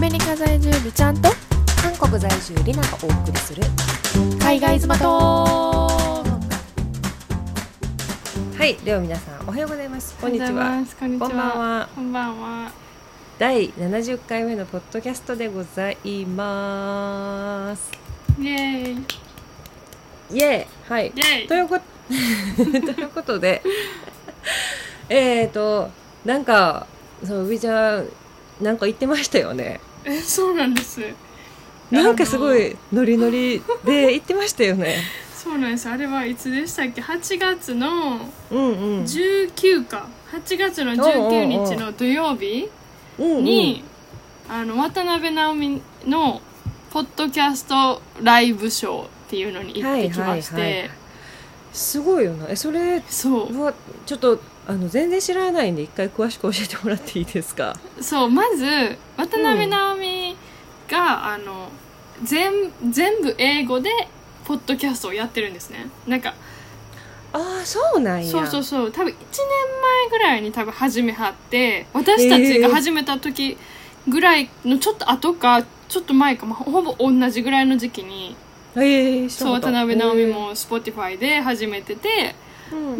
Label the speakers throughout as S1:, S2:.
S1: メリカ在住美ちゃんと
S2: 韓国在住リナがお送りする
S1: 海外妻と
S2: はいでは皆さんおはようございますこんにちは
S1: こんにち
S2: こ
S1: は
S2: んばんは
S1: こんばんは
S2: 第70回目のポッドキャストでございます
S1: イエーイイ
S2: イエーはい
S1: エ
S2: と
S1: イ
S2: いうこと ということで えーとなんかそううびちゃんなんか言ってましたよね
S1: えそうなんです
S2: なんかすご
S1: あの
S2: いノリノリで言ってましたよね
S1: そうなんですあれはいつでしたっけ8月の
S2: うんうん
S1: 19か8月の19日の土曜日
S2: うんうん
S1: にあの渡辺直美のポッドキャストライブショーっていうのに行ってきまして、
S2: はいはいはいすごいよなえそれ
S1: そう
S2: うわちょっとあの全然知らないんで一回詳しく教えてもらっていいですか
S1: そうまず渡辺直美が、あの全全部英語でポッドキャストをやってるんですねなんか
S2: ああそうなんや
S1: そうそうそう多分1年前ぐらいに多分始めはって私たちが始めた時ぐらいのちょっと後かちょっと前か、まあ、ほぼ同じぐらいの時期に
S2: ええ知
S1: そう
S2: らなか
S1: 渡
S2: った
S1: 辺直美も Spotify で始めてて、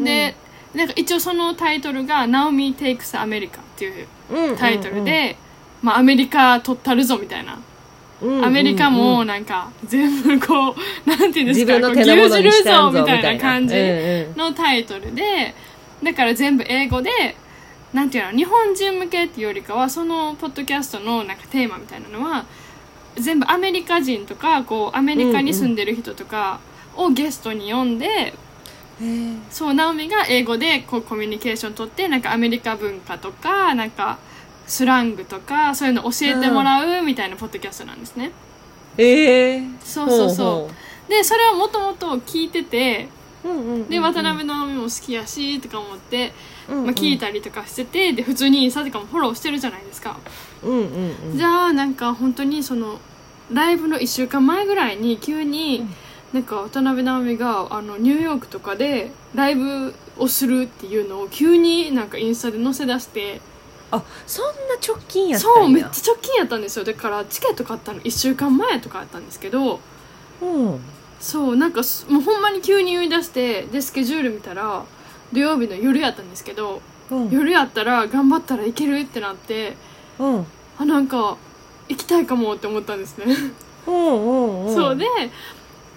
S1: で、なんか一応そのタイトルが「直美 takes America」っていう
S2: うんうんうん
S1: タイトルで、、まあ、アメリカ取ったるぞみたいな、
S2: うんうんうん
S1: アメリカもなんか全部こうなんていうんです
S2: 自
S1: か
S2: 分の
S1: こう
S2: 手
S1: 牛
S2: のもの
S1: 耳
S2: に
S1: る
S2: した
S1: ぞ
S2: ん
S1: み
S2: ぞみたいな
S1: たいな感
S2: うん
S1: じ
S2: うん
S1: のタイトルでだから全部英語でなんていうの日本人向けっていうよりかはそのポッドキャストのなんかテーマみたいなのは全部アメリカ人とかこうアメリカに住んでる人とかをゲストに呼んで、
S2: へえ
S1: そうナオミが英語でこうコミュニケーション取ってなんかアメリカ文化とかなんかスラングとかそういうの教えてもらうみたいなポッドキャストなんですね、
S2: ええ
S1: そうそうそう
S2: ほう
S1: でそれはもともと聞いてて
S2: ほううんうんうん
S1: で渡辺直美も好きやしとか思って、
S2: うんうん
S1: まあ、聞いたりとかしててで普通にインスタとかもフォローしてるじゃないですか、
S2: うんうんうん
S1: じゃあなんか本当にそのライブの1週間前ぐらいに急になんか渡辺直美があのニューヨークとかでライブをするっていうのを急になんかインスタで載せ出して
S2: あそんな直近やったんや
S1: そうめっちゃ直近やったんですよだからチケット買ったの1週間前とかやったんですけど
S2: うん
S1: そうなんかすもうほんまに急に言い出してでスケジュール見たら土曜日の夜やったんですけど
S2: うん
S1: 夜やったら頑張ったらいけるってなって
S2: うん
S1: あなんか行きたいかもって思ったんですね
S2: うんうんうん
S1: そうで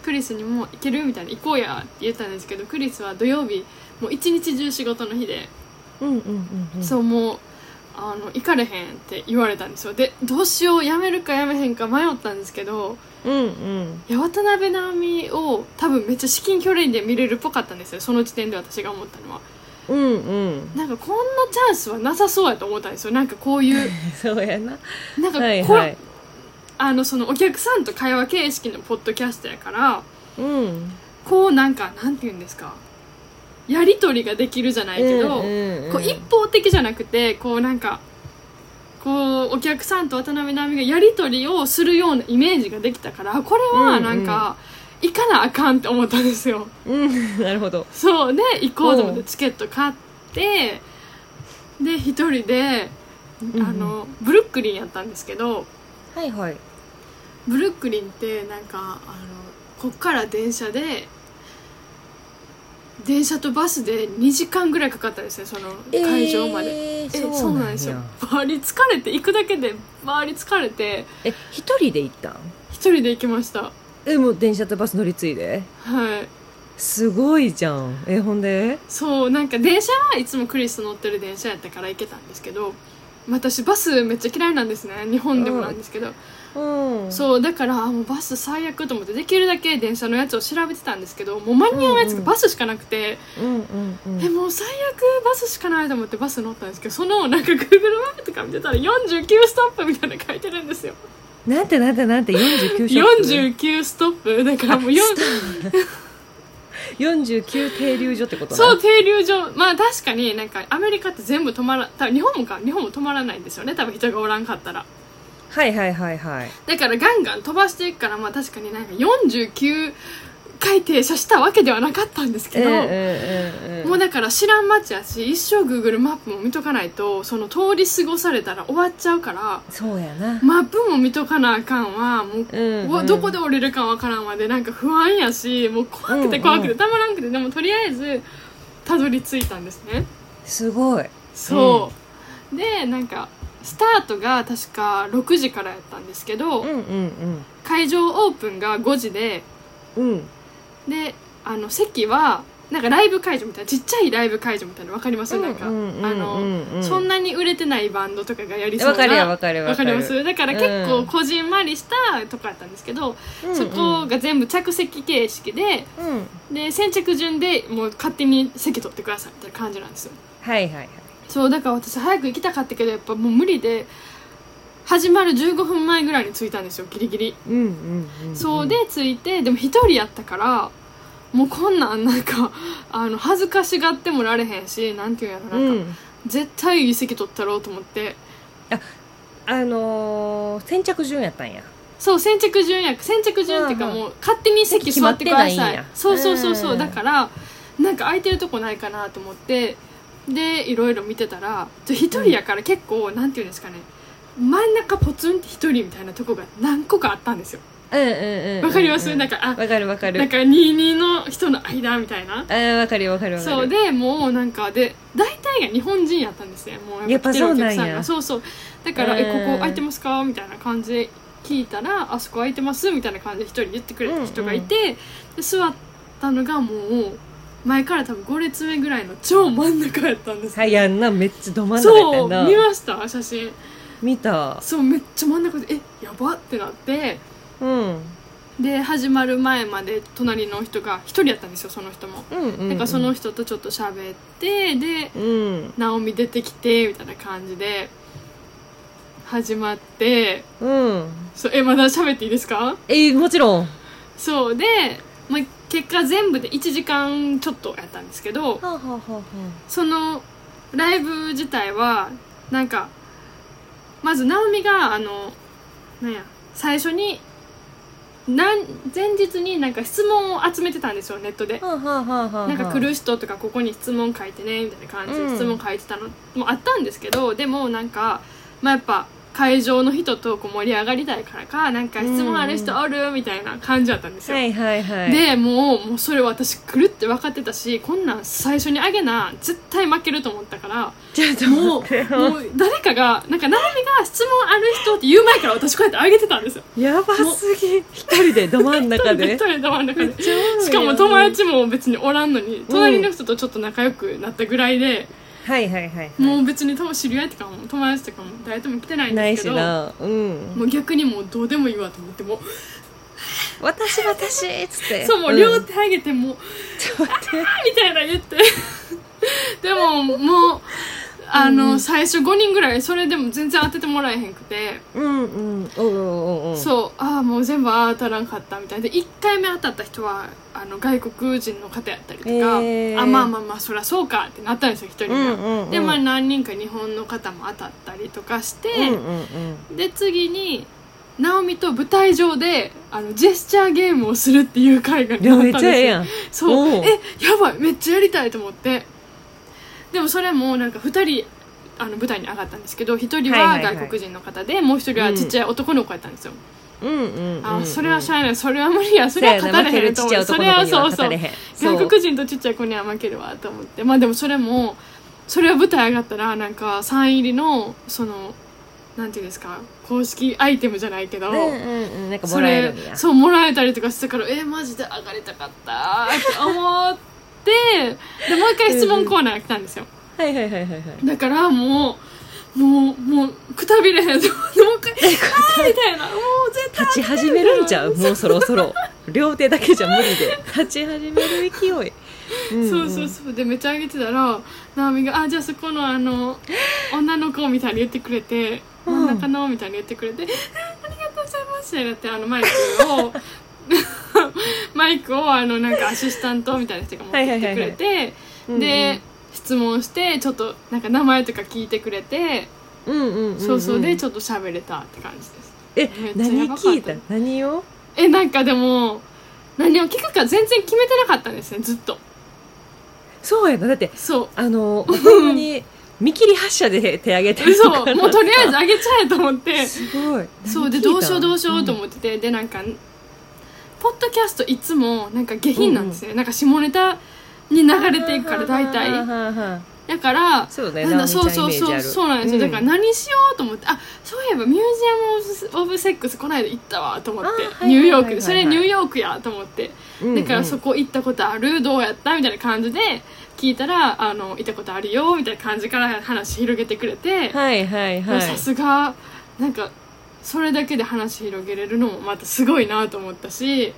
S1: クリスにも「行ける?」みたいな「行こうや」って言ったんですけどクリスは土曜日もう一日中仕事の日で、
S2: うんうんうんうん
S1: そうもうあの行かれへんって言われたんですよでどうしようやめるかやめへんか迷ったんですけど
S2: うんうん
S1: いや渡辺直美を多分めっちゃ至近距離で見れるっぽかったんですよその時点で私が思ったのは
S2: うんうん
S1: なんかこんなチャンスはなさそうやと思ったんですよなんかこういう
S2: そうやな
S1: なんかこ、
S2: はいはい
S1: あのそのお客さんと会話形式のポッドキャストやから
S2: うん
S1: こうなんかなんて言うんですかやり取りができるじゃないけど、
S2: うんうん
S1: こう一方的じゃなくてこうなんかこうお客さんと渡辺直美がやり取りをするようなイメージができたからこれはなんか、行かなあかんって思ったんですよ。
S2: うん、なるほど。
S1: そうで行こうと思っ
S2: う
S1: て
S2: ん
S1: チケット買ってで一人であ
S2: うんうん、
S1: のブルックリンやったんですけど
S2: はいはい。
S1: ブルックリンってなんかあのこっから電車で電車とバスで2時間ぐらいかかったんですねその会場まで、え
S2: えー
S1: そうなんですよ
S2: や
S1: 周り疲れて行くだけで周り疲れて
S2: え、一人で行ったん
S1: 一人で行きました
S2: え、もう電車とバス乗り継いで
S1: はい
S2: すごいじゃん。え、ほんで
S1: そうなんか電車はいつもクリス乗ってる電車やったから行けたんですけど私バスめっちゃ嫌いなんですね日本でもなんですけど、
S2: うん。
S1: そうだからあもうバス最悪と思ってできるだけ電車のやつを調べてたんですけどもう間に合うやつ
S2: うんう
S1: が
S2: ん
S1: バスしかなくて、
S2: う。うんうんうん。
S1: えもう最悪バスしかないと思ってバス乗ったんですけどそのなんか Google マップとか見てたら49ストップみたいなの書いてるんですよ
S2: なんてなんてなんて、49ショップ。
S1: 49ストップだからもう4
S2: 49停留所ってことな
S1: そう停留所まあ確かになんかアメリカって全部止まら多分日本もか日本も止まらないんですよね多分人がおらんかったら
S2: はいはいはいはい。
S1: だからガンガン飛ばしていくからまあ確かになんか49回停車したわけではなかったんですけど、
S2: ええええええ
S1: もうだから知らん街やし一生 Google マップも見とかないとその通り過ごされたら終わっちゃうから
S2: そうやな、
S1: マップも見とかなあかんはもう
S2: うん
S1: うわどこで
S2: も
S1: 降りるかわからんまでなんか不安やしもう怖くて怖く
S2: うんう
S1: て
S2: ん
S1: たまらんくてでもとりあえずたどり着いたんですね
S2: すごい
S1: そう、でなんかスタートが確か6時からやったんですけど、
S2: うんうん
S1: 会場オープンが5時で
S2: うんうん
S1: であの席はなんかライブ会場みたいなちっちゃいライブ会場みたいなわかりますなんか、あの、そん
S2: な
S1: なに売れてないバンドとかがやりそうな
S2: わかるよわかる
S1: わかりますだから結
S2: う
S1: 構
S2: ん
S1: こじんまりしたとこやったんですけど、そ
S2: うん
S1: こが全部着席形式で
S2: うん、うん
S1: で先着順でもう勝手に席取ってくださいみたいな感じなんですよ
S2: はいはいはい
S1: そうだから私早く行きたかったけどやっぱもう無理で始まる15分前ぐらいに着いたんですよギリギリ
S2: うんうんうんうん
S1: そうで着いてでも一人やったからもうこんなんなんかあの恥ずかしがってもられへんしなんていうんやろなんか、
S2: うん
S1: 絶対いい席取ったろうと思って
S2: あのー、先着順やったんや
S1: そう先着順や先着順っていうか
S2: うんうん
S1: もう勝手に席座ってくだ
S2: 席決
S1: さ
S2: まってないん
S1: い
S2: や
S1: そうそうそう
S2: う
S1: そ
S2: ん
S1: うだからなんか空いてるとこないかなと思ってでいろいろ見てたらちょ一人やから結構、なんていうんですかね真ん中ポツンって一人みたいなとこが何個かあったんですよ
S2: うんうんうんうん
S1: わかります
S2: うん
S1: なんかあ
S2: わかるわかる
S1: なんか22の人の間みたいな
S2: あーわかるよわかるわかる
S1: そうでもうなんかで大体が日本人やったんですねもう来てるお客さ
S2: やっぱそうなんや
S1: そうそうだから「
S2: うん
S1: えここ空いてますか?」みたいな感じで聞いたら「あそこ空いてます」みたいな感じで一人言ってくれた人がいて、で座ったのがもう前から多分5列目ぐらいの超真ん中やったんです、
S2: はいやんなめっちゃど真ん中やった
S1: そ
S2: よ
S1: う
S2: な
S1: 見ました写真
S2: 見た
S1: そうめっちゃ真ん中で「えやばっ!」ってなって
S2: うんうん
S1: で始まる前まで隣の人が一人やったんですよその人も。
S2: うんうん
S1: なんかその人とちょっと喋ってで
S2: うん
S1: ナオミ出てきてみたいな感じで始まって
S2: うん
S1: そうえまだ喋っていいですか
S2: えーもちろん
S1: そうで、まあ、結果全部で1時間ちょっとやったんですけど
S2: はあはあはあは
S1: そのライブ自体はなんかまず直美があのなんや最初になん前日になんか質問を集めてたんですよネットで
S2: あはあはあはあはあ
S1: なんか来る人とかここに質問書いてねみたいな感じ
S2: う
S1: で
S2: ん
S1: 質問書いてたのもあったんですけどでもなんかまあやっぱ会場の人とこう盛り上がりたいからかなんか質問ある人おるみたいな感じだったんですよ、
S2: はいはいはい
S1: でもうもうそれ私来るって分かってたしこんなん最初にあげな絶対負けると思ったから
S2: ちょっと
S1: もうも
S2: 待って
S1: う誰かがなんかななみが質問ある人って言う前から私こうやってあげてたんですよ
S2: やばすぎ一人でど真ん中
S1: 一
S2: で
S1: 人でど真ん中でし
S2: し
S1: かも友達も別におらんのに隣の人とちょっと仲良くなったぐらいで、
S2: はいはいはい
S1: もう別に多分知り合いとかも友達とかも誰とも来てないん
S2: ない
S1: です
S2: し
S1: けど
S2: なうん
S1: もう逆にもうどうでもいいわと思ってもう
S2: 私私っつって
S1: そうもう両手上げてもう、
S2: ちょっと待って
S1: あーみたいな言って でももうあの、最初5人ぐらいそれでも全然当ててもらえへんくて、
S2: うんうんおうおうおうおう
S1: そうああもう全部あー当たらんかったみたいで1回目当たった人はあの外国人の方やったりとか、
S2: へー
S1: あまあまあまあそりゃそうかってなったんですよ1人
S2: う
S1: が。
S2: んうんうん
S1: でまあ何人か日本の方も当たったりとかして、
S2: うんうんうん
S1: で次に直美と舞台上であのジェスチャーゲームをするっていう回があっ
S2: いやめった
S1: ん
S2: ちゃええ
S1: ですよ
S2: やん
S1: そう
S2: おう
S1: えやばいめっちゃやりたいと思ってでもそれもなんか2人あの舞台に上がったんですけど1人
S2: は
S1: はい
S2: はいはい
S1: 外国人の方で、もう1人はちっちゃい男の子やったんですよ、
S2: うんうんうん
S1: あ
S2: うん
S1: それはしゃあないそれは無理やそれは勝たれへんと思うそ
S2: そ
S1: れ
S2: れは
S1: は
S2: そう
S1: そう
S2: そ
S1: そうう外国人とちっちゃい子には負けるわと思ってまあでもそれもそれは舞台上がったらなんかサイン入りのそのなんていうんですか公式アイテムじゃないけど、
S2: うんうんうんなんかも
S1: そ
S2: らえ
S1: れ
S2: るんや
S1: そうもらえたりとかしてたからえーマジで上がりたかったって思ってでもう一回質問コーナーが来たんですよ
S2: はいはいはいはいはい
S1: だからもうもうもうくたびれへん と思ってもう一回「あー」みたいなもう絶対
S2: 立ち始めるんちゃ うもうそろそろ両手だけじゃ無理で立ち始める勢いんん
S1: そうそうそうでめっちゃ上げてたら直美が「あじゃあそこのあ の女の子」みたいに言ってくれて「
S2: うん
S1: 真ん中の」みたいに言ってくれて「ありがとうございます」ってなってあのマイク をマイクをあのなんかアシスタントみたいな人が持ってきてくれて、
S2: はいはいはい
S1: で、
S2: うんうん
S1: 質問してちょっとなんか名前とか聞いてくれて、
S2: うんうんうんん
S1: そうそうでちょっと喋れたって感じです
S2: え
S1: めっちゃ
S2: 何
S1: やばかった
S2: 聞いた何を
S1: えなんかでも何を聞くか全然決めてなかったんですねずっと
S2: そうやなだって
S1: そう
S2: あ のほんまに見切り発車で手上げてる か
S1: そう
S2: ら
S1: もうとりあえずあげちゃえと思って
S2: すごい
S1: そうでどうしようどうしようと
S2: っ
S1: 思ってて、でなんかポッドキャストいつもなんか下品なんですね、なんか下ネタに流れていくから大体
S2: 体
S1: だから
S2: そうね
S1: なんだそう
S2: 直
S1: そう
S2: 美ちゃんイ
S1: そ
S2: メージあ
S1: う
S2: る
S1: そうなんですよ、
S2: う
S1: だから何しようと思ってあそういえばミュージアム・オブ・セックスこの間行ったわと思っ
S2: あーはいはいはいは
S1: て
S2: い
S1: ニューヨークでそれニューヨークやと思って
S2: うん
S1: だからそこ行ったことあるどうやったみたいな感じで聞いたらあの行ったことあるよみたいな感じから話広げてくれて、
S2: はいはいはい
S1: さすがなんかそれだけで話広げれるのもまたすごいなと思ったしい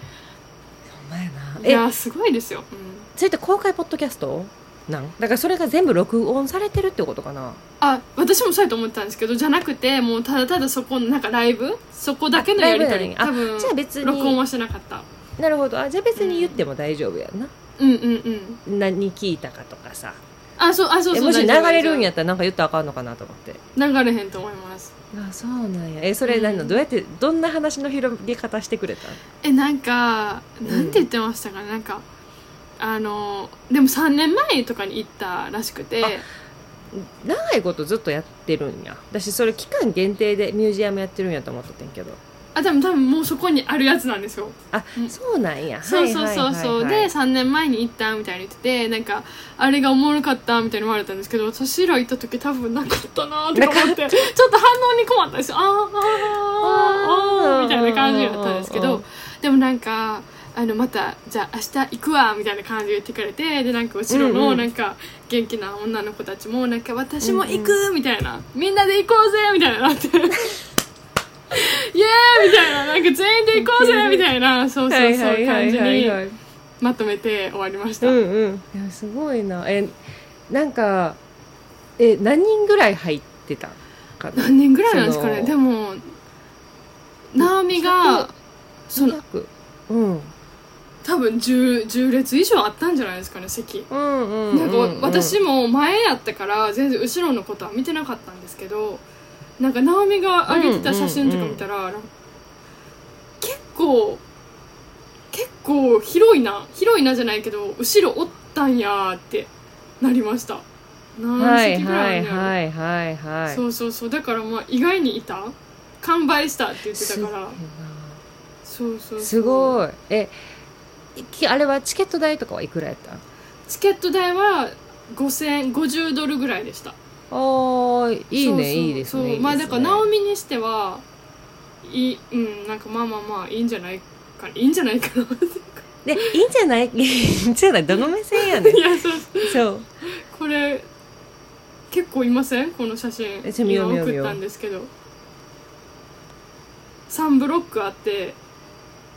S2: ほんまやなえ
S1: やすごいですよ、うん
S2: それって公開ポッドキャストなんだからそれが全部録音されてるってことかな
S1: あ私もそうやと思ってたんですけどじゃなくてもうただただそこのなんかライブそこだけのやり取り
S2: あ
S1: 多分
S2: じゃあ別に
S1: 録音はしてなかった
S2: なるほどあじゃあ別に言っても大丈夫やんな、
S1: うんうんうん
S2: 何聞いたかとかさ
S1: あそうあそう
S2: え
S1: そう
S2: もし流
S1: 大丈夫
S2: れるんやったらなんか言ったらあかんのかなと思って
S1: 大丈夫流れへんと思います
S2: あそうなんやえそれ何の、
S1: うん
S2: どうやってどんな話の広げ方してくれた
S1: えなんか
S2: ん
S1: なんて言ってましたかね、なんかあのでも3年前とかに行ったらしくて
S2: あ長いことずっとやってるんや私それ期間限定でミュージアムやってるんやと思っとってんけど
S1: あでも多分もうそこにあるやつなんですよ
S2: あ、
S1: うん
S2: そうなんや
S1: そうそうそうそう、
S2: はいはいはいはい
S1: で3年前に行ったみたいに言っててなんかあれがおもろかったみたいに言われたんですけど私ら行った時多分なかったな とか思ってちょっと反応に困ったんですよあーあーあーあー
S2: あー
S1: みたいな感じだったんですけ
S2: うんうんう
S1: ど
S2: ん
S1: でもなんかあのまたじゃあ明日行くわみたいな感じで言ってくれてでなんか後ろ
S2: うんう
S1: の
S2: ん
S1: なんか元気な女の子たちもなんか私も行くみたいな、みんなで行こうぜみたいなな ってイエーイみたいななんか全員で行こうぜみたいなそうそうそう
S2: はいは
S1: 感
S2: い
S1: じ
S2: はい
S1: に
S2: はい
S1: まとめて終わりました、
S2: うんうんいやすごいなえなんかえ何人ぐらい入ってたんかな
S1: 何人ぐらいなんですか
S2: そ
S1: ね
S2: の
S1: でも直美がその
S2: 200うん
S1: 多分 10, 10列以上あったんじゃないですかね席
S2: うんうんうん
S1: なんか私も前やったから全然後ろのことは見てなかったんですけどなんか直美が上げてた写真とか見たら、なんか結構結構広いな広いなじゃないけど後ろおったんやーってなりました何
S2: はい
S1: 席ぐら
S2: はい
S1: あるん
S2: い
S1: やろ
S2: はいはいはい
S1: そうそうそうだからまあ意外にいた完売したって言ってたからそうそうそう
S2: すごいなすごいえきあれはチケット代とかはいくらやったん
S1: チケット代は5050ドルぐらいでした
S2: あーいい
S1: そうそう
S2: ねいいです
S1: そう
S2: ね
S1: まあ
S2: いいで
S1: だ
S2: す
S1: から
S2: ね
S1: 直美にしてはいいうんなんかまあまあまあいいんじゃない かいいんじゃないかない
S2: でいいんじゃない いいんじゃないどの目線やねん
S1: やそう
S2: そう
S1: これ結構いませんこの写真
S2: えじゃあ見よう見よう見
S1: 送
S2: よ
S1: っ
S2: う
S1: たんですけど3ブロックあって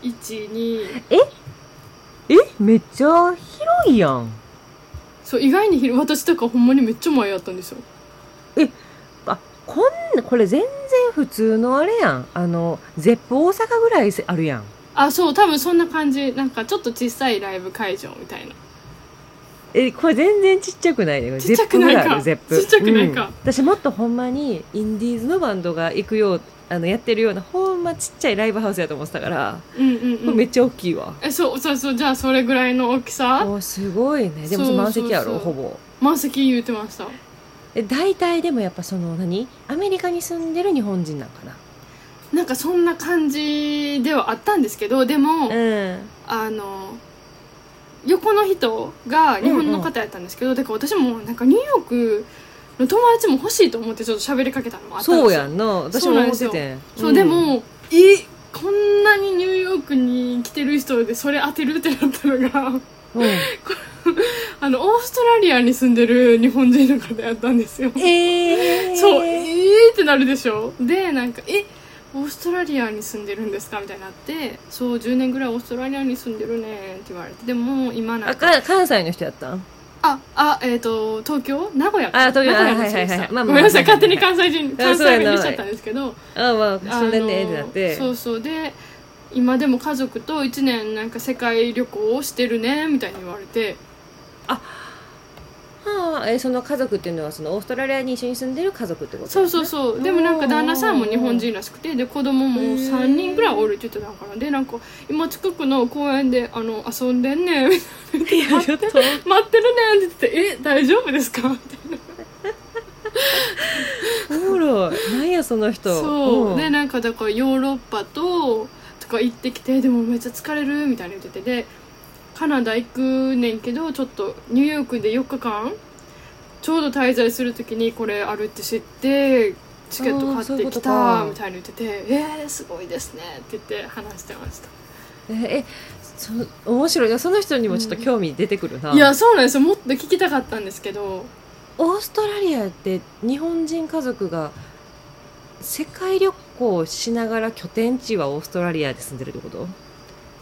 S1: 12
S2: えめっちゃ広いやん
S1: そう意外に広い私とかほんまにめっちゃ前やったんですよ
S2: あこんなこれ全然普通のあれやんあのゼップ大阪ぐらいあるやん
S1: あそう多分そんな感じなんかちょっと小さいライブ会場みたいな
S2: えこれ全然ちっちゃくないね
S1: ちっちゃくないか
S2: ゼップぐらいあるゼップ
S1: ちっちゃくないか
S2: うん私もっとほんまにインディーズのバンドが行くようあのやってるようなほんまちっちゃいライブハウスやと思ってたから、
S1: うんうん
S2: こ
S1: う
S2: れ
S1: ん
S2: めっちゃ大きいわ
S1: えそうそうそうじゃあそれぐらいの大きさ
S2: おすごいねでもそれ満席やろ
S1: そうそうそう
S2: ほぼ
S1: 満席言うてました
S2: え大体でもやっぱその何アメリカに住んでる日本人なんかな
S1: なんかそんな感じではあったんですけどでも、
S2: うん
S1: あの横の人が日本の方やったんですけど、だから私もなんかニューヨークの友達も欲しいと思ってちょっと喋りかけたのもあったんですよ
S2: そうやんな私も思っててん
S1: そう、
S2: ん
S1: でもえこんなにニューヨークに来てる人でそれ当てるってなったのが
S2: うん
S1: あのオーストラリアに住んでる日本人の方やったんですよ
S2: えー、
S1: そうえーってなるでしょでなんか「えオーストラリアに住んでるんですか?」みたいになって「そう10年ぐらいオーストラリアに住んでるね」って言われてでも今な
S2: あ
S1: んか
S2: か関西の人やったん
S1: ああえっ、と東京名古屋か
S2: あ東京
S1: 名古屋の
S2: はいはいはいはい
S1: 人でした
S2: まあまあ
S1: ごめんなさい
S2: はいはい
S1: 勝手に関西人
S2: あ
S1: 関
S2: そうや
S1: 西
S2: な
S1: 弁にしちゃったんですけど
S2: あまあ住んでんねってなっ
S1: あ
S2: て
S1: のそうそうで今でも家族と1年なんか世界旅行をしてるねみたいに言われて
S2: ああえその家族っていうのはそのオーストラリアに一緒に住んでる家族ってことです
S1: そ
S2: ね、
S1: うそうそうでもなんか旦那さんも
S2: おー
S1: 日本人らしくてで子供も
S2: へー
S1: 3人ぐらいおるって言ってたからでなんか今近くの公園であの遊んでんねん みたいな言って待って
S2: ちょっ
S1: 待ってるねんって言って「え大丈夫ですか?」みたいな
S2: おもろいなんやその人
S1: そう、
S2: ん
S1: でなんかだからヨーロッパととか行ってきてでもめっちゃ疲れるみたいな言っててでカナダ行くねんけどちょっとニューヨークで4日間ちょうど滞在する時にこれあるって知ってチケット
S2: あーそう
S1: 買っ
S2: いう
S1: て
S2: こ
S1: き
S2: と
S1: た
S2: か
S1: みたいに言ってて「えー、すごいですね」って言って話してました
S2: ええそ面白いなその人にもちょっと興味出てくるな、
S1: いやそうなんですよもっと聞きたかったんですけど
S2: オーストラリアって日本人家族が世界旅行をしながら拠点地はオーストラリアで住んでるってこと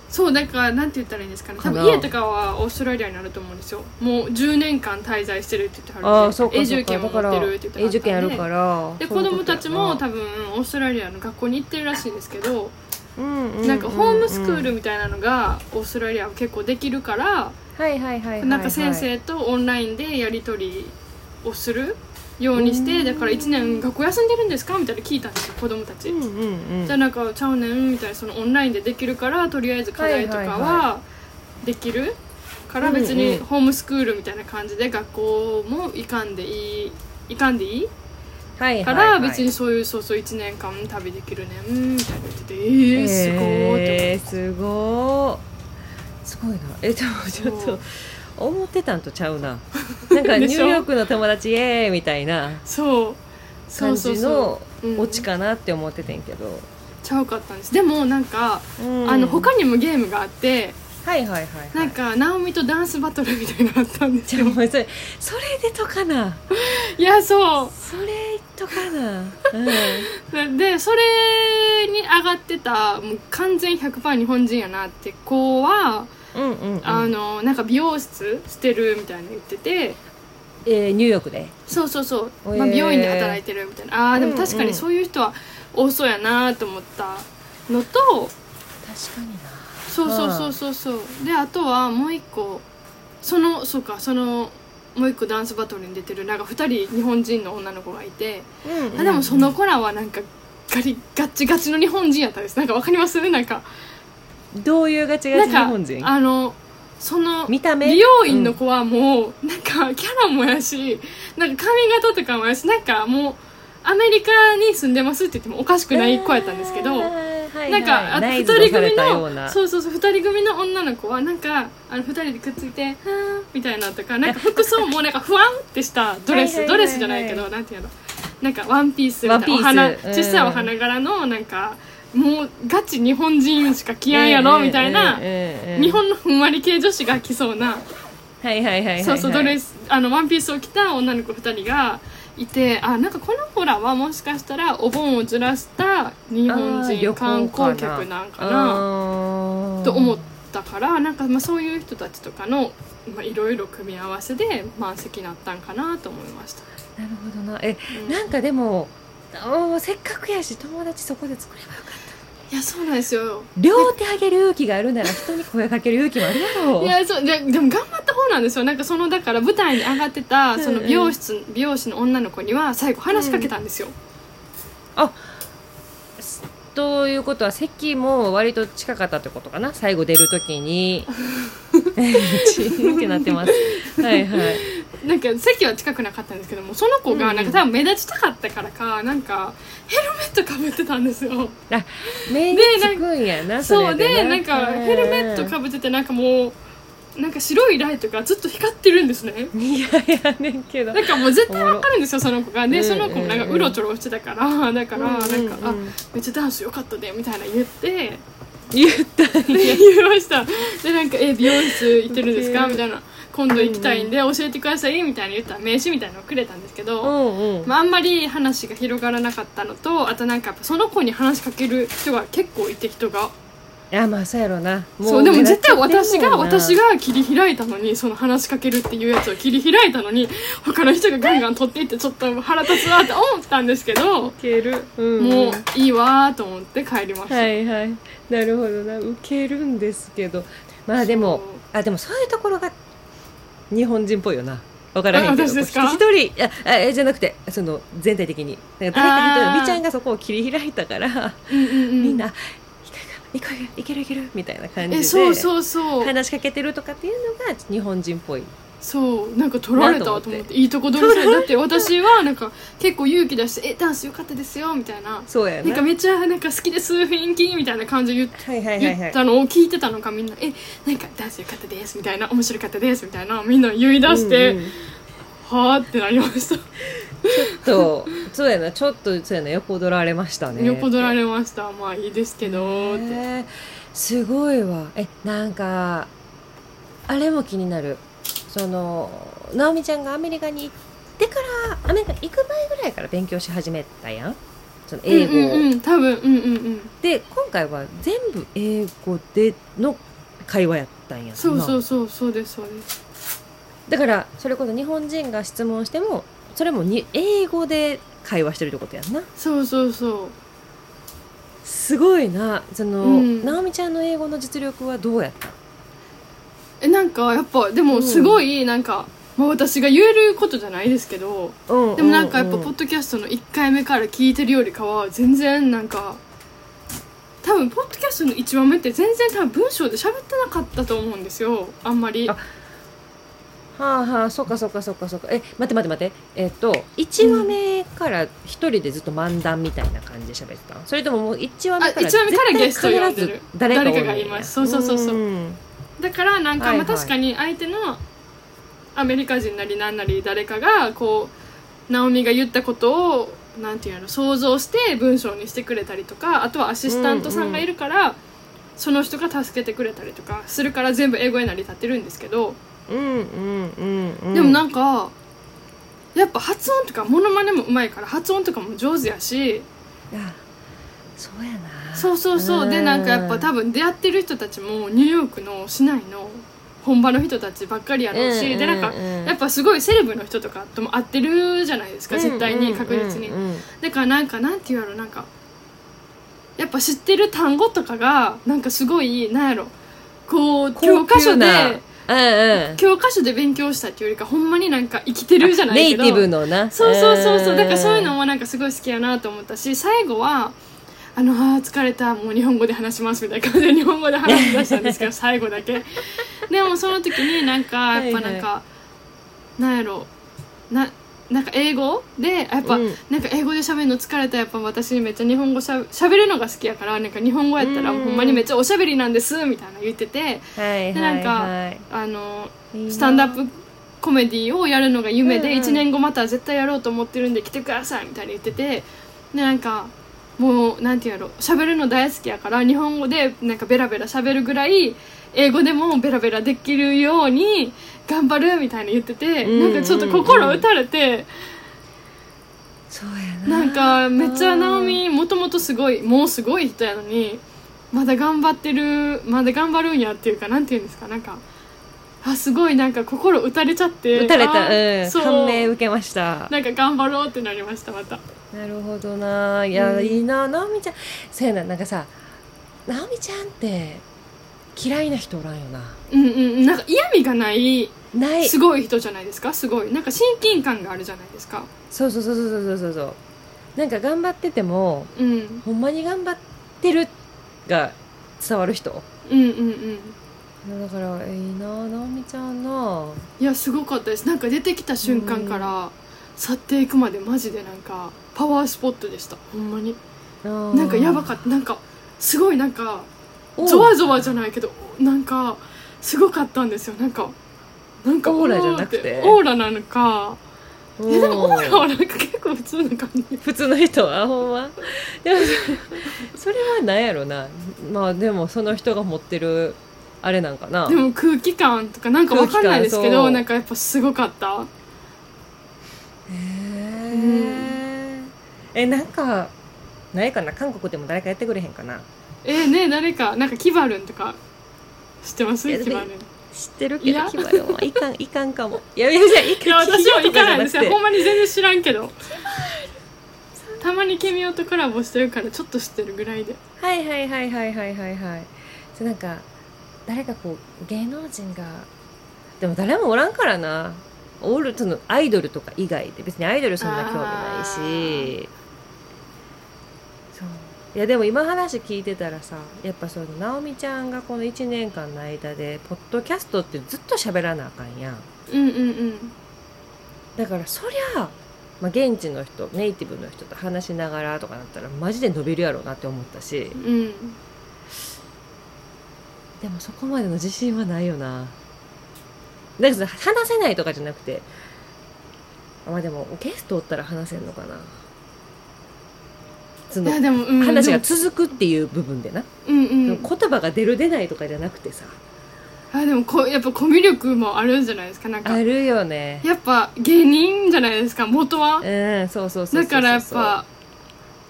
S1: そうだからなんて言ったらいいんですかね多分
S2: かな
S1: 家とかはオーストラリアになると思うんですよもう10年間滞在してるって言ってはるんで
S2: ああそうかそうか
S1: 永住権も持ってるって言ってはったんで
S2: 永住権あるから
S1: で
S2: そう
S1: 子
S2: いうこ
S1: 供
S2: と
S1: たちも
S2: やな
S1: 多分オーストラリアの学校に行ってるらしいんですけど、
S2: うんうう
S1: なんかホームスクールみたいなのがオーストラリアは結構できるから、
S2: はいはいはいはいはい
S1: なんか先生とオンラインでやり取りをするようにして、
S2: うん
S1: だから1年学校休んでるんですかみたいなの聞いたんですよ子供たち、
S2: うんうんうん
S1: じゃあなんか「ちゃうねん」みたいなそのオンラインでできるからとりあえず課題とか
S2: はいはい
S1: はできるから別
S2: う
S1: に
S2: んうん
S1: ホームスクールみたいな感じで学校も行かんでいい行かんでいい
S2: はい
S1: か
S2: はいは
S1: ら
S2: い
S1: 別にそういうそうそう1年間旅できるねんみたいな言っててえー、すごーって
S2: えーすごいすごいなえでもちょっと思ってたんとちゃう ななんかニ
S1: で
S2: ュー
S1: しょ
S2: ヨークの友達イエーイみたいな
S1: そうそ
S2: 感
S1: うそう
S2: じ
S1: そ
S2: の
S1: ううん
S2: オチかなって思っててんけど、
S1: ちゃうかったんですでもなんか、
S2: うん
S1: あの他にもゲームがあって
S2: はいはいはいはい
S1: なんかナオミとダンスバトルみたいなのあったんです
S2: じゃあ
S1: よ
S2: お前それそれでとかない
S1: やそう
S2: それとかな、うん、
S1: でそれに上がってたもう完全100%日本人やなって子は、
S2: うんうんうん
S1: あのなんか美容室してるみたいに言ってて
S2: えーニューヨークで
S1: そうそうそう、
S2: へ
S1: まあ、
S2: ー
S1: 美容院で働いてるみたいなあーでも
S2: うんうん
S1: 確かにそういう人は多そうやなと思ったのと
S2: 確かにな
S1: そうそうそうそうそうであとはもう一個そのそうかそのもう一個ダンスバトルに出てるなんか2人日本人の女の子がいて、
S2: うんうん
S1: あでもその子らはなんかガリガッチガチの日本人やったですなんかわかりますなんか
S2: どういうガチガ
S1: な
S2: チ日本
S1: ん
S2: 人
S1: かあのその
S2: 見た目
S1: 美容院の子はもう、なんかキャラもやしなんか髪型とかもやしなんかもうアメリカに住んでますって言ってもおかしくない子やったんですけど、なんかあと
S2: 二
S1: 二人組
S2: よう
S1: の
S2: な
S1: そうそうそう二人組の女の子はなんかあの二人でくっついて「はーみたいなとかなんか服装もなんかふわんってしたドレ
S2: は
S1: ス
S2: い
S1: ド
S2: はいはいはい
S1: レスじゃないけどなんていうのなんかワンピースみたいなお
S2: ワ
S1: 花
S2: ンピースう
S1: 小
S2: ん
S1: さいお花柄のなんかもうガチ日本人しか着やんやろみたいな日
S2: 日
S1: 本のふんわり系女子が着そうな
S2: はいはいはいはいはい
S1: そうそうドレ
S2: ス
S1: スあのワンピースを着た女の子2人がいてあなんかこの子らはもしかしたらお盆をずらした日本人観光客なんかなと思ったからなんかまあそういう人たちとかのまあいろいろ組み合わせで満席になったんかなと思いました、
S2: なるほどなえ
S1: うん
S2: なんかでもおーせっかくやし友達そこで作ればよかっ
S1: いやそうなんですよ
S2: た両手あげる勇気がある なら人に声かける勇気もあるやろ
S1: いやそうででも頑張った方なんですよなんかそのだから舞台に上がってたその美容室美容師の女の子には最後話しかけたんですよ、
S2: ということは席も割と近かったってことかな最後出るときに チーンってなってますはいはい
S1: なんか席は近くなかったんですけどもその子がなんか多分目立ちたかったからかなんかヘルメットかぶってたんですよ
S2: 目につくんやな
S1: そう
S2: れ
S1: でなんかヘルメットかぶっててなんかもうなんか白いライトがずっと光ってるんですね
S2: いやいやねんけど
S1: なんかもう絶対わかるんですよその子が
S2: う
S1: で
S2: ん
S1: その子もなんか
S2: うん
S1: うろちょろしてたからだからなんか
S2: うんうんうん
S1: あめっちゃダンスよかったねみたいな言 って
S2: 言ったん
S1: 言
S2: や
S1: いましたでなんか「え美容室行ってるんですか?」
S2: ウケる
S1: みたいな「今度行きたいんで教えてください」みたいな言ったら名刺みたいなのをくれたんですけど、
S2: うんうん
S1: まあ、あんまり話が広がらなかったのとあとなんかやっぱその子に話しかける人が結構いて人が
S2: いやまあそうやろうな
S1: そうでも絶対私が私
S2: が
S1: が切り開いたのにその話しかけるっていうやつを切り開いたのに 他の人がガンガン取っていってちょっと腹立つわって思ったんですけど
S2: ける、うんん
S1: もういいわーと思って帰りました、
S2: はいはいなるほどなウケるんですけどまあでもあでもそういうところが日本人っぽいよなわからへんけど
S1: あ私ですか
S2: こう一人ああえじゃなくてその全体的になんか誰か一
S1: あー
S2: 人みちゃんがそこを切り開いたから、
S1: うんうんうん
S2: みんな「いこいこいけるいける」みたいな感じ
S1: え
S2: で
S1: そうそうそう
S2: 話しかけてるとかっていうのが日本人っぽい。
S1: そうなんか取られたと思って
S2: なんと思って
S1: いいとこ取りされだって私はなんか結構勇気出して「えダンスよかったですよ」みたいな
S2: そう
S1: な
S2: や
S1: んか
S2: な
S1: めっちゃなんか好きです雰囲気みたいな感じで言っ
S2: はいはいはいは
S1: 言
S2: い
S1: ったのを聞いてたのかみんな「えなんかダンスよかったです」みたいな「面白かったです」みたいなみんな言い出して「
S2: うんうん
S1: はあ」ってなりました、
S2: とそうやなちょっとそうやな横取られましたね
S1: 横取ら
S2: れ
S1: れましたまあいいですけどって、
S2: すごいわえなんかあれも気になるその直美ちゃんがアメリカに行ってからアメリカ行く前ぐらいから勉強し始めたやんその英語を、
S1: うんうんうん、多分うんうんうん
S2: で今回は全部英語での会話やったんや
S1: そうそううそうそうですそうです
S2: だからそれこそ日本人が質問してもそれもに英語で会話してるってことやんな
S1: そうそうそう
S2: すごいなその、
S1: うん
S2: 直美ちゃんの英語の実力はどうやった
S1: えなんかやっぱでもすごいなんか、まあ、私が言えることじゃないですけどでもなんかやっぱポッドキャストの1回目から聞いてるよりかは全然なんか多分ポッドキャストの1番目って全然多分文章で喋ってなかったと思うんですよあんまり
S2: あはあはあそっかそっかそっかそっかえ待って待って待ってえっと1話目から一人でずっと漫談みたいな感じで喋ってたそれとももう1話目から
S1: あ一話目からゲスト呼んでる
S2: 絶対必ず誰かおるんや
S1: 誰かがいますそうそうそうそうんだからなんか、
S2: はい
S1: ま
S2: は
S1: あ、
S2: い
S1: 確かに相手のアメリカ人なりなんなり誰かがこうナオミが言ったことをなんていうの想像して文章にしてくれたりとかあとはアシスタントさんがいるから、その人が助けてくれたりとかするから全部英語になり立ってるんですけど、
S2: うんうんうんうん
S1: でもなんんかやっぱ発音とかモノマネもうまいから発音とかも上手やし
S2: あそうやな
S1: そうそうそうでなんかやっぱ多分出会ってる人たちもニューヨークの市内の本場の人たちばっかりやろうし、でなんかやっ
S2: ぱ
S1: ぱすごいセレブの人とかとも会ってるじゃないですか絶対に確実に、だからなんかなんて言うやろなんかやっぱ知ってる単語とかがなんかすごいなんやろこう教科書で
S2: うんうん
S1: 教科書で勉強したっていうよりかほんまになんか生きてるじゃない
S2: ネ
S1: け
S2: イ
S1: ど
S2: ティブのな
S1: そうそうそうそうだからそういうの
S2: も
S1: もなんかすごい好きやなと思ったし最後はあのあー疲れたもう日本語で話しますみたいな感じで日本語で話し出したん ですけど最後だけでもその時になんかやっぱなんか、なんやろななんか英語でやっぱ、
S2: うん
S1: なんか英語で喋るの疲れたやっぱ私めっちゃ日本語しゃ喋るのが好きやからなんか日本語やったら
S2: うん
S1: ほんまにめっちゃおしゃべりなんですみたいな言ってて
S2: はい
S1: でな
S2: は
S1: ん
S2: い
S1: か
S2: はい
S1: あの
S2: いいな
S1: スタンドアップコメディをやるのが夢で
S2: うんうん
S1: 1年後また絶対やろうと思ってるんで来てくださいみたいに言っててでなんかもうなんて言うやろ喋るの大好きやから日本語でなんかベラベラ喋るぐらい英語でもベラベラできるように頑張るみたいに言ってて
S2: うん
S1: なんかちょっと心打たれて
S2: そうやな
S1: なんかめっちゃ直美もともとすごいもうすごい人やのにまだ頑張ってるまだ頑張るんやっていうかなんていうんですかなんかあすごいなんか心打たれちゃって
S2: 打たれ
S1: あー
S2: た、うん、
S1: そう
S2: 感銘受けました
S1: なんか頑張ろうってなりましたまた
S2: なるほどないや、
S1: うん
S2: いいな直美ちゃんそうやななんかさ直美ちゃんって嫌いな人おらんよな
S1: うんうんなんか嫌味がない
S2: ない
S1: すごい人じゃないですかすごいなんか親近感があるじゃないですか
S2: そうそうそうそうそうそうそうなんか頑張ってても
S1: うん
S2: ほんまに頑張ってるが伝わる人
S1: うんうんうん
S2: だからえいいな直美ちゃんない
S1: やすごかったですなんか出てきた瞬間から去っていくまでマジでなんかパワースポットでしたほんまに
S2: な
S1: なんかやばかったなんかすごいなんか
S2: お
S1: ゾワゾワじゃないけどなんかすごかったんですよなんかなんか
S2: オーラじゃなくて
S1: おーっオーラなのか
S2: うん
S1: えでもオーラはなんか結構普通な感じ
S2: 普通の人はほんまでもそれそれは何やろなまあでもその人が持ってるあれなんかな
S1: でも空気感とかなんかわかんないですけ
S2: 空気感そ
S1: ど
S2: う
S1: なんかやっぱすごかった
S2: へーえなんかないかな韓国でも誰かやってくれへんかな
S1: えー、ねえ誰かなんかキバルンとか知ってます
S2: いや
S1: キバルン
S2: 知ってる
S1: けどいや
S2: キバルはいかんいかんかもいやいやいやい
S1: いや
S2: かん
S1: 私は行かないんですよ
S2: 聞
S1: ほん
S2: た
S1: まに全然知らんけどたまにケミオとコラボしてるからちょっと知ってるぐらいで
S2: ことなくてはいはいはいはいはいはいはいそうなんか誰かこう芸能人がでも誰もおらんからなオールそのアイドルとか以外で別にアイドルそんな興味ないしそういやでも今話聞いてたらさやっぱその直美ちゃんがこの1年間の間でポッドキャストってずっと喋らなあかんやん
S1: うんうんうん
S2: だからそりゃ、まあ、現地の人ネイティブの人と話しながらとかだったらマジで伸びるやろうなって思ったし
S1: うん
S2: でもそこまでの自信はないよなだから話せないとかじゃなくてあまあでもゲストおったら話せんのかなそ
S1: い
S2: の
S1: やでも、うん、
S2: 話が
S1: で
S2: 続くっていう部分でな、
S1: もうんうん
S2: 言葉が出る出ないとかじゃなくてさ
S1: あでもこやっぱコミュ力もあるんじゃないですかなんか
S2: あるよね
S1: やっぱ芸人じゃないですか元は
S2: うんそうそうそうそうそう
S1: だからやっぱ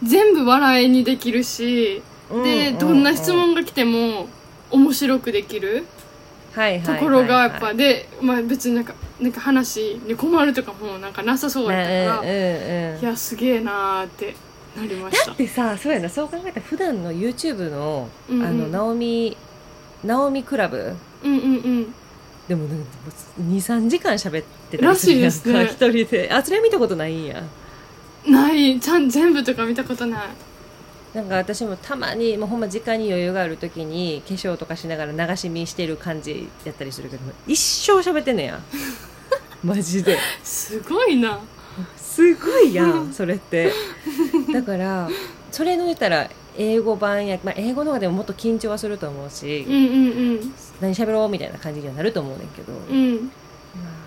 S1: 全部笑いにできるし
S2: うん
S1: で
S2: う
S1: どんな質問が来ても面白くできる
S2: はいはい
S1: と
S2: はいはい
S1: ころがやっぱでまあ別になんかなんか話に困るとかもなんかなさそうだったから
S2: うんうんうん
S1: いやすげえなーってなりまし
S2: だ
S1: た
S2: ってさそうやなそう考えたら普段の YouTube の「
S1: うんうん
S2: あのナオミナオミクラブ
S1: うんうんうん」
S2: でもなんか23時間喋ってたりするやんか、
S1: らしいで
S2: 一人であそれは見たことないんや
S1: ないちゃん全部とか見たことない
S2: なんか私もたまにもうほんま時間に余裕がある時に化粧とかしながら流し見してる感じやったりするけど一生喋ってん ねやマジです
S1: ごいな
S2: すごいやんそれってだからそれの言ったら英語版や、まあ、英語の方がでももっと緊張はすると思うし、
S1: うんうんうん
S2: 何喋ろうみたいな感じにはなると思うねんけど、
S1: うん
S2: まあ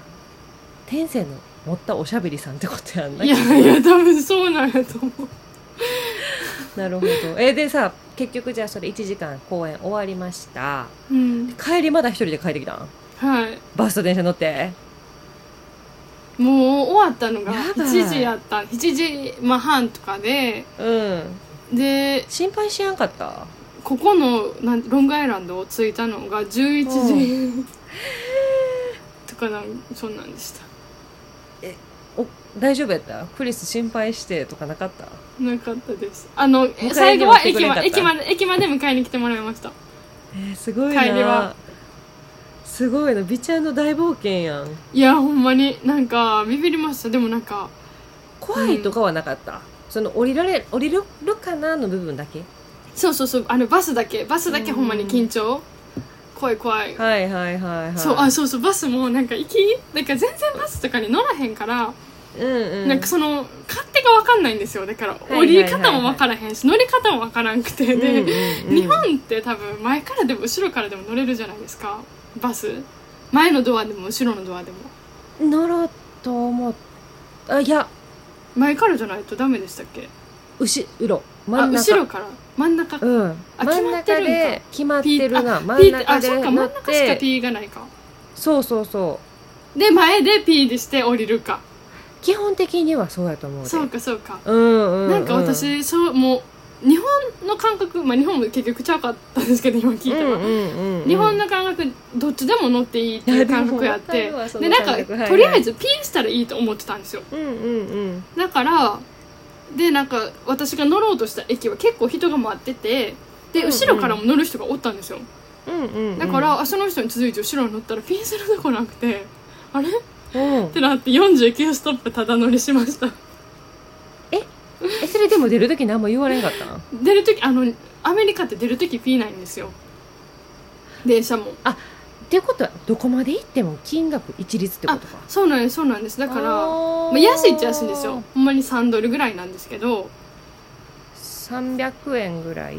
S2: 天性の持ったおしゃべりさんってことやんない
S1: やいや多分そうなんやと思う
S2: なるほどえでさ結局じゃあそれ1時間公演終わりました
S1: うん
S2: 帰りまだ一人で帰ってきたん
S1: はい
S2: バスと電車乗って
S1: もう終わったのが
S2: やばい
S1: 7時やった7時、まあ、半とかで
S2: うん
S1: で
S2: 心配しやんかった
S1: ここのなんロングアイランドを着いたのが11時とかなんそんなんでした
S2: お大丈夫やったクリス心配してとかなかった
S1: なかったですあの
S2: 迎えに
S1: 最後は
S2: も来てく
S1: 駅
S2: れんか
S1: ま
S2: った
S1: 駅まで駅まで迎えに来てもらいました
S2: えーすごい
S1: 帰り
S2: な
S1: は
S2: すごいな美ちゃんの大冒険やん
S1: いやほんまになんかビビりましたでもなんか
S2: 怖いとかはなかった、その降りられ降りるかなの部分だけ
S1: そうそうそうあのバスだけバスだけ
S2: うん
S1: ほんまに緊張、怖い怖い
S2: はいはいはいはい
S1: そうあそうそうバスもなんか行きなんか全然バスとかに乗らへんから、
S2: うんうん、
S1: なんかその勝手が分かんないんですよだから
S2: い
S1: 降り方も分からへんし、乗り方も分からんくてで、
S2: うんうんうん
S1: 日本って多分前からでも後ろからでも乗れるじゃないですかバス前のドアでも後ろのドアでも
S2: 乗ろうと思っあいや
S1: 前からじゃないとダメでしたっけ
S2: 後ろ真
S1: あ
S2: ん中
S1: 後ろから真ん中
S2: うん
S1: あ
S2: 真ん中で決まってるな
S1: ピ
S2: 真
S1: ー
S2: ん
S1: って
S2: 中
S1: あそ
S2: で
S1: うか
S2: 乗
S1: 真
S2: っ
S1: ん中しか
S2: て
S1: P がないか
S2: そうそうそう
S1: で前で P でして降りるか
S2: 基本的にはそうやと思うで
S1: そうかそうか
S2: うんうん、うん、
S1: なんか私そうもう日本の感覚まあ日本も結局ちゃうかったんですけど今聞いたら、
S2: うんうんうんうん
S1: 日本の感覚どっちでも乗っていいっていう感覚やっ
S2: いや
S1: て
S2: でもわかるわそ
S1: で
S2: の
S1: なん
S2: 感
S1: か、
S2: 覚はいはい
S1: とりあえずピーしたらいいと思ってたんですよ
S2: うんうんうん
S1: だからでなんか私が乗ろうとした駅は結構人が待っててで
S2: うんうん
S1: 後ろからも乗る人がおったんですよ、
S2: うんうんうん
S1: だから、あその人に続いて後ろに乗ったらピンするとこなくてあれっ
S2: うん
S1: てなって49ストップただ乗りしました
S2: えそれでも出る時何も言われんかったん
S1: 出る時あのアメリカって出る時ピーないんですよ電車も
S2: っていうことはどこまで行っても金額一律ってことか
S1: そうなんですそうなんですだ
S2: だ
S1: からまあ、安いっちゃ安いんですよほんまに3ドルぐらいなんですけど
S2: 300円ぐらい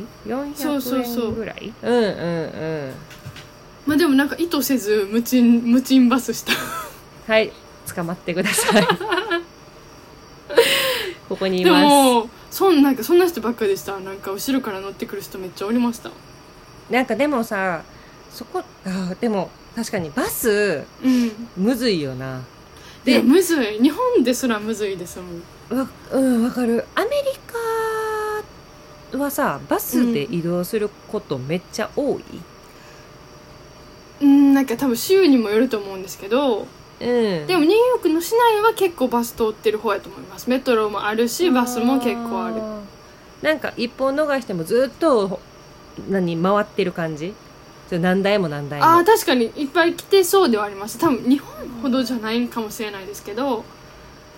S1: そうそう
S2: 400
S1: そ
S2: 円
S1: う
S2: ぐらいうんうんうん
S1: まあでもなんか意図せず無賃無賃バスした
S2: はい、捕まってくだ さい。ここにい
S1: で
S2: ま
S1: もそんなんかそんな人ばっかりでしたなんか後ろから乗ってくる人めっちゃおりました
S2: す。なんかでもさ、そこ、あーでも確かにバス、
S1: うん
S2: むずいよな。で
S1: でむずい日本ですらむずいですもん
S2: わ、うん、わかる。アメリカはさ、バスで移動することめっちゃ多い。
S1: うんなんか多分州にもよると思うんですけど
S2: うん。
S1: でも、ニューヨークの市内は結構バス通ってる方やと思いますメトロもあるしバスも結構ある
S2: る。なんか一本逃してもずっと、何、回ってる感じそれ何代も何代も
S1: ああ確かにいっぱい来てそうではあります多分日本ほどじゃないかもしれないですけど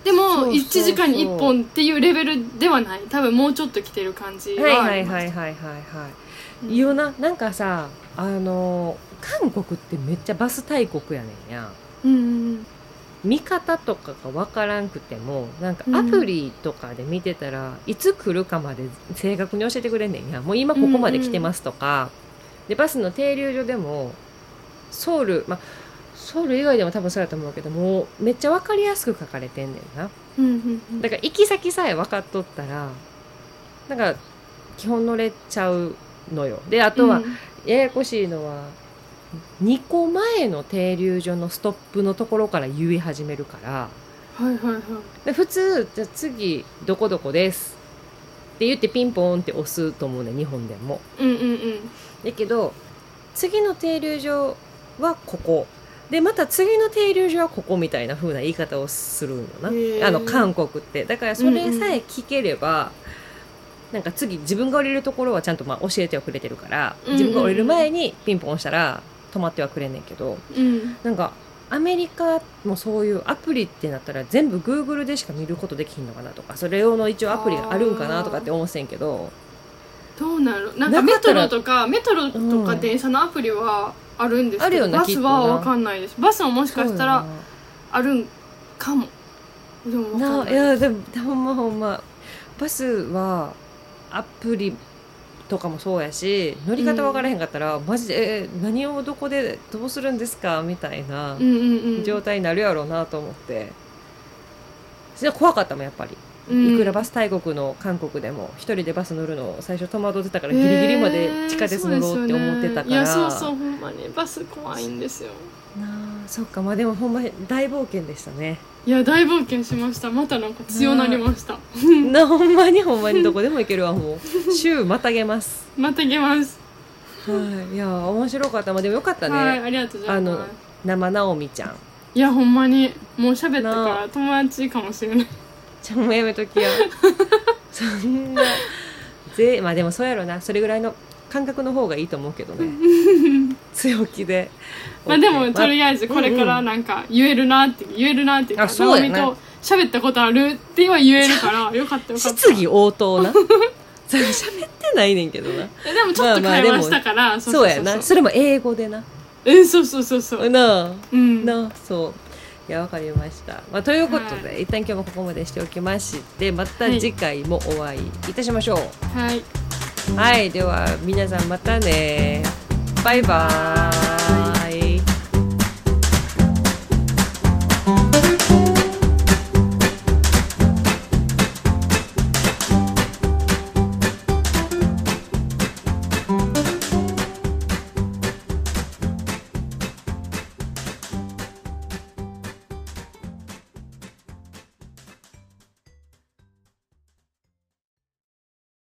S1: で
S2: そうそうそ
S1: も
S2: う
S1: 1時間に1本っていうレベルではない多分もうちょっと来てる感じ
S2: はい
S1: はあ
S2: は
S1: り
S2: い
S1: ます
S2: はいはいはいはいいいよななんかさあの韓国ってめっちゃバス大国やねんや
S1: うんうん
S2: 見方とかが分からんくてもなんか
S1: うん
S2: アプリとかで見てたら、いつ来るかまで正確に教えてくれんねんやもう今ここまで来てますとか、でバスの停留所でもソウルまあソウル以外でも多分そうやと思うけどもうめっちゃ分かりやすく書かれてんねんな
S1: うんうんうん
S2: だから行き先さえ分かっとったらなんか基本乗れちゃうのよであとは、
S1: うん
S2: ややこしいのは2個前の停留所のストップのところから言い始めるから
S1: はいはいはい
S2: で普通じゃあ次どこどこですって言ってピンポンって押すと思うね日本でも
S1: うんうんうん
S2: だけど次の停留所はここでまた次の停留所はここみたいな風な言い方をするんよな、
S1: へー
S2: あの韓国ってだからそれさえ聞ければ、なんか次自分が降りるところはちゃんとまあ教えてはくれてるから、
S1: うんうん
S2: 自分が降りる前にピンポン押したら止まってはくれんねんけど
S1: うん
S2: なんかアメリカもそういうアプリってなったら全部 Google でしか見ることできひんのかなとかそれ用の一応アプリがあるんかなとかって思ってんけど
S1: どうなるなんかメ
S2: なかった
S1: ト
S2: ら
S1: ロとかメトロとか
S2: うん
S1: 電車のアプリはあるんです
S2: ある
S1: けど、
S2: よね
S1: バスは
S2: きっとな
S1: わかんないですバスももしかしたらあるんかもでもわかん
S2: な
S1: ない
S2: いやでもほんまほんまバスはアプリとかもそうやし乗り方分からへんかったら、マジでえー何をどこでどうするんですかみたいな
S1: うんうんうん
S2: 状態になるやろうなと思って、それは怖かったもんやっぱり、
S1: うん
S2: いくらバス大国の韓国でも一人でバス乗るの最初戸惑ってたからギリギリまで地下鉄乗ろうって思ってたから、
S1: えーそうですよねいやそうそうほんまにバス怖いんですよ
S2: なあそっかまあでもほんま大冒険でしたね
S1: いや大冒険しましたまたなんか強なりました、
S2: なほんまにほんまにどこでも行けるわも う週またげます
S1: また来ます、
S2: はいいや面白かったまあでもよかったね、
S1: はいありがとうございま
S2: あ
S1: す
S2: の生直美ちゃん
S1: いやほんまにもう喋ったか
S2: な
S1: ら友達かもしれない
S2: ちゃんもやめときや そんなぜまあでもそうやろなそれぐらいの感覚の方がいいと思うけどね 強気で
S1: まあでも
S2: OK
S1: とりあえずこれからなんか言えるなって言えるなっていうか
S2: あそうやね
S1: 直美と喋ったことあるっては言える からよかったよかった
S2: 質疑応 答なそれ喋ってないねんけどな
S1: えでもちょっと
S2: まあまあ
S1: 会話したから、
S2: そう
S1: そう
S2: やな
S1: そ
S2: それも英語でな
S1: うえそうそうそうそう
S2: なあ
S1: うん
S2: なそういやわかりました、まあ、ということで、
S1: は
S2: 一旦今日もここまでしておきましてまた次回もお会いいたしましょう
S1: はい
S2: はい、では皆さんまたねバイバーイ